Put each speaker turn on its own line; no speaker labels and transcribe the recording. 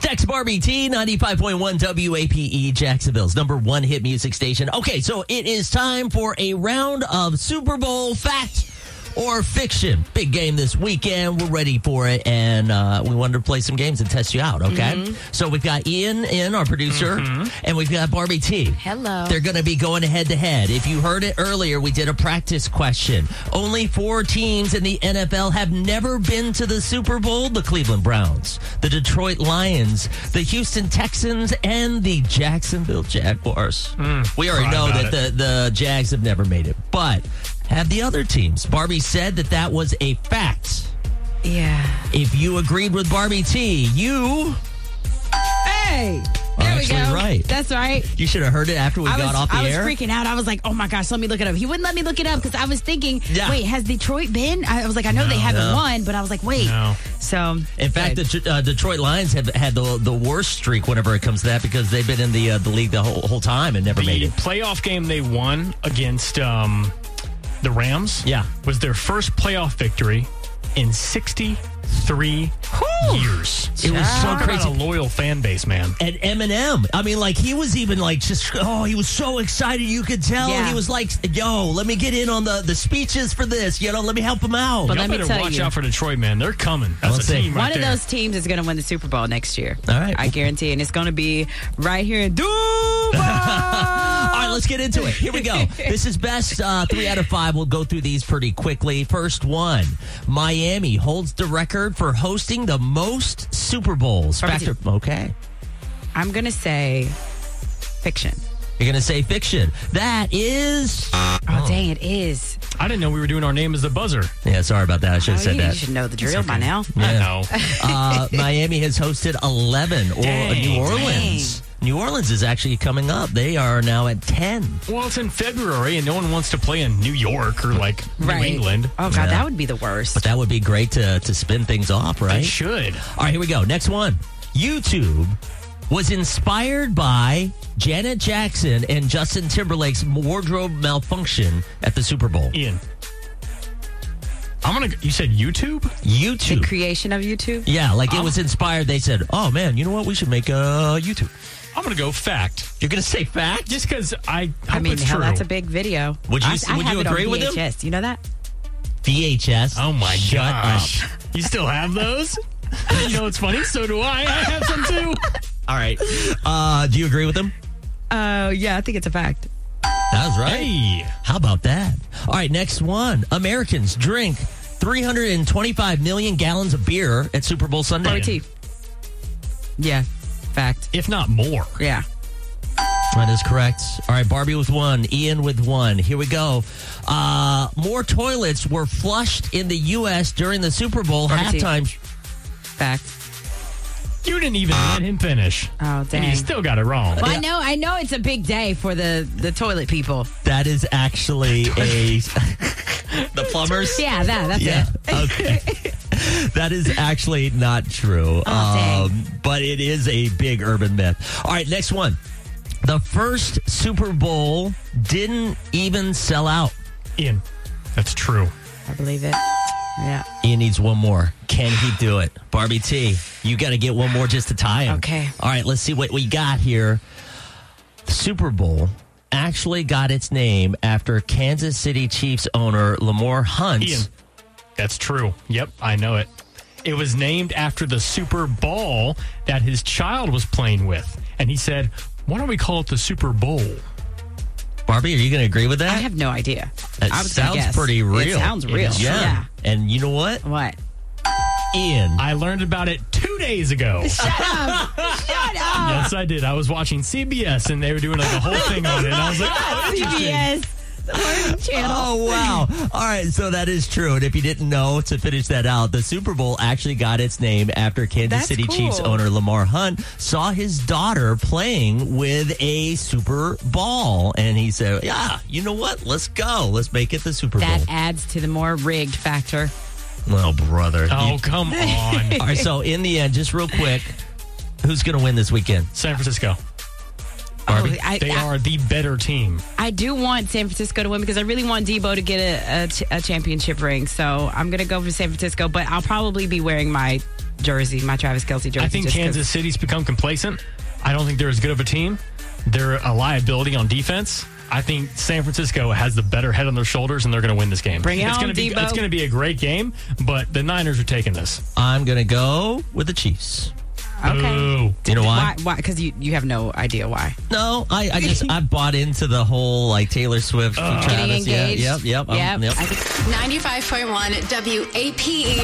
Text Barbie T 95.1 WAPE E, Jacksonville's number one hit music station. Okay, so it is time for a round of Super Bowl fact or fiction. Big game this weekend. We're ready for it, and uh, we wanted to play some games and test you out, okay? So we've got Ian in, our producer, and we've got Barbie T.
Hello.
They're going to be going head to head. If you heard it earlier, we did a practice question. Only four teams in the NFL have never been to the Super Bowl the Cleveland Browns, the Detroit Lions, the Houston Texans, and the Jacksonville Jaguars. we already know
Hmm, about
that
it.
the, the Jags have never made it, but have the other teams. Barbie said that that was a fact.
Yeah.
If you agreed with Barbie T, you.
Hey. There we
actually
go.
right.
That's right.
You should have heard it after we
I
got
was,
off the
I was
air.
freaking out. I was like, oh my gosh, let me look it up. He wouldn't let me look it up because I was thinking,
Yeah.
wait, has Detroit been? I was like, I know they haven't
No.
won, but I was like, wait.
No.
So,
In fact, the
good.
uh, Detroit Lions have had the the worst streak whenever it comes to that because they've been in the uh, the league the whole, whole time and never made
The
it.
playoff game they won against um, the Rams
Yeah.
was their first playoff victory in 63 years.
It was so
Talk about
crazy.
a loyal fan base, man.
And Eminem, I mean, like he was even like just oh, he was so excited you could tell.
Yeah.
He was like, yo, let me get in on the the speeches for this. You know, let me help him out.
But
Y'all
let me
better
tell
watch
you.
out for Detroit, man. They're coming. That's
Let's
a
see.
team right
One
there.
of those teams is going to win the Super Bowl next year.
All right.
I guarantee. And it's going to be right here in Dubai.
All right, let's get into it. Here we go. this is best uh, three out of five. We'll go through these pretty quickly. First one Miami holds the record for hosting the most Super Bowls. Back
Barbie
to, okay.
I'm going to say fiction.
You're going to say fiction. That is.
Oh, dang, it is.
I didn't know we were doing our name as the buzzer.
Yeah, sorry about that. I should
Oh,
have said
you, you
that.
should know the drill by now.
I know.
Uh, Miami has hosted 11, or uh,
Dang,
New Orleans. New Orleans is actually coming up. They are now at 10.
well, it's in February, and no one wants to play in New York or like New
Right.
England.
Oh, God, that would be the worst.
That would be great to, to spin things off,
They
right?
should.
All right, here we go. Next one. YouTube was inspired by Janet Jackson and Justin Timberlake's wardrobe malfunction at the Super Bowl.
Ian. I'm gonna. You said YouTube?
The
YouTube.
creation of YouTube?
Yeah, like it was inspired. They said, oh man, you know what? We should make a YouTube.
I'm gonna go fact.
You're going to say fact?
Just because I, hope
I mean,
it's
hell,
true.
that's a big video.
Would you-
I, I
would
have
you
it on
agree with him?
VHS. You know that?
VHS.
Oh my
Shut
gosh!
up.
You still have those? you know it's funny? So do I. I have some too.
All right. Uh, do you agree with him?
Oh, yeah, I think it's a fact.
That's right.
Hey,
How about that? All right, next one. Americans drink 325 million gallons of beer at Super Bowl Sunday.
RT. Yeah, fact.
if not more.
Yeah.
That is correct. All right, Barbie with one, Ian with one. Here we go. Uh, more toilets were flushed in the U.S. during the Super Bowl
Barbie T.
halftime.
Fact.
You didn't even let him finish.
Oh,
And
dang.
you still got it wrong.
Well, I know, I know it's a big day for the, the toilet people.
That is actually a. the plumbers?
Yeah, that, that's
Yeah.
it.
Okay. that is actually not true.
Oh,
um,
dang.
but it is a big urban myth. All right, next one. The first Super Bowl didn't even sell out.
Ian, that's true.
I believe it. Yeah.
Ian needs one more. Can he do it? Barbie T, you got to get one more just to tie him.
Okay.
All right, let's see what we got here. The Super Bowl actually got its name after Kansas City Chiefs owner Lamar Hunt.
Ian, that's true. Yep, I know it. It was named after the Super Ball that his child was playing with, and he said, "Why don't we call it the Super Bowl?"
Barbie, are you going to agree with that?
I have no idea.
That
I was gonna
sounds
guess.
pretty real.
It sounds real.
is.
yeah.
Yeah. And you know what?
What?
Ian.
I learned about it two days ago.
Shut up.
Yes, I did. I was watching CBS and they were doing like a whole thing on it. And I was like, oh, interesting.
CBS. The learning channel.
Oh, wow. All right. So that is true. And if you didn't know, to finish that out, the Super Bowl actually got its name after Kansas
That's
City Chiefs
cool.
owner Lamar Hunt saw his daughter playing with a Super Ball. And he said, Yeah, you know what? Let's go. Let's make it the Super
That
Bowl.
adds to the more rigged factor.
Well, brother.
Oh,
You-
come on.
All right. So in the end, just real quick, who's going to win this weekend?
San Francisco.
Oh, I,
They
I,
are the better team.
I do want San Francisco to win because I really want Debo to get a, a, ch- a championship ring. So I'm going to go for San Francisco, but I'll probably be wearing my jersey, my Travis Kelsey jersey.
I think
just 'cause-
Kansas City's become complacent. I don't think they're as good of a team. They're a liability on defense. I think San Francisco has the better head on their shoulders, and they're going to win this game.
Bring it
it's
on,
gonna be,
Debo.
It's going to be a great game, but the Niners are taking this.
I'm going to go with the Chiefs.
Okay.
Boo.
You know
Why? Why? Because you, you have no idea why.
No, I, I just I bought into the whole like Taylor Swift, Travis. um,
Getting engaged.
Yeah, yep, yep, um,
Yep.
yep.
I think-
95.1 WAPE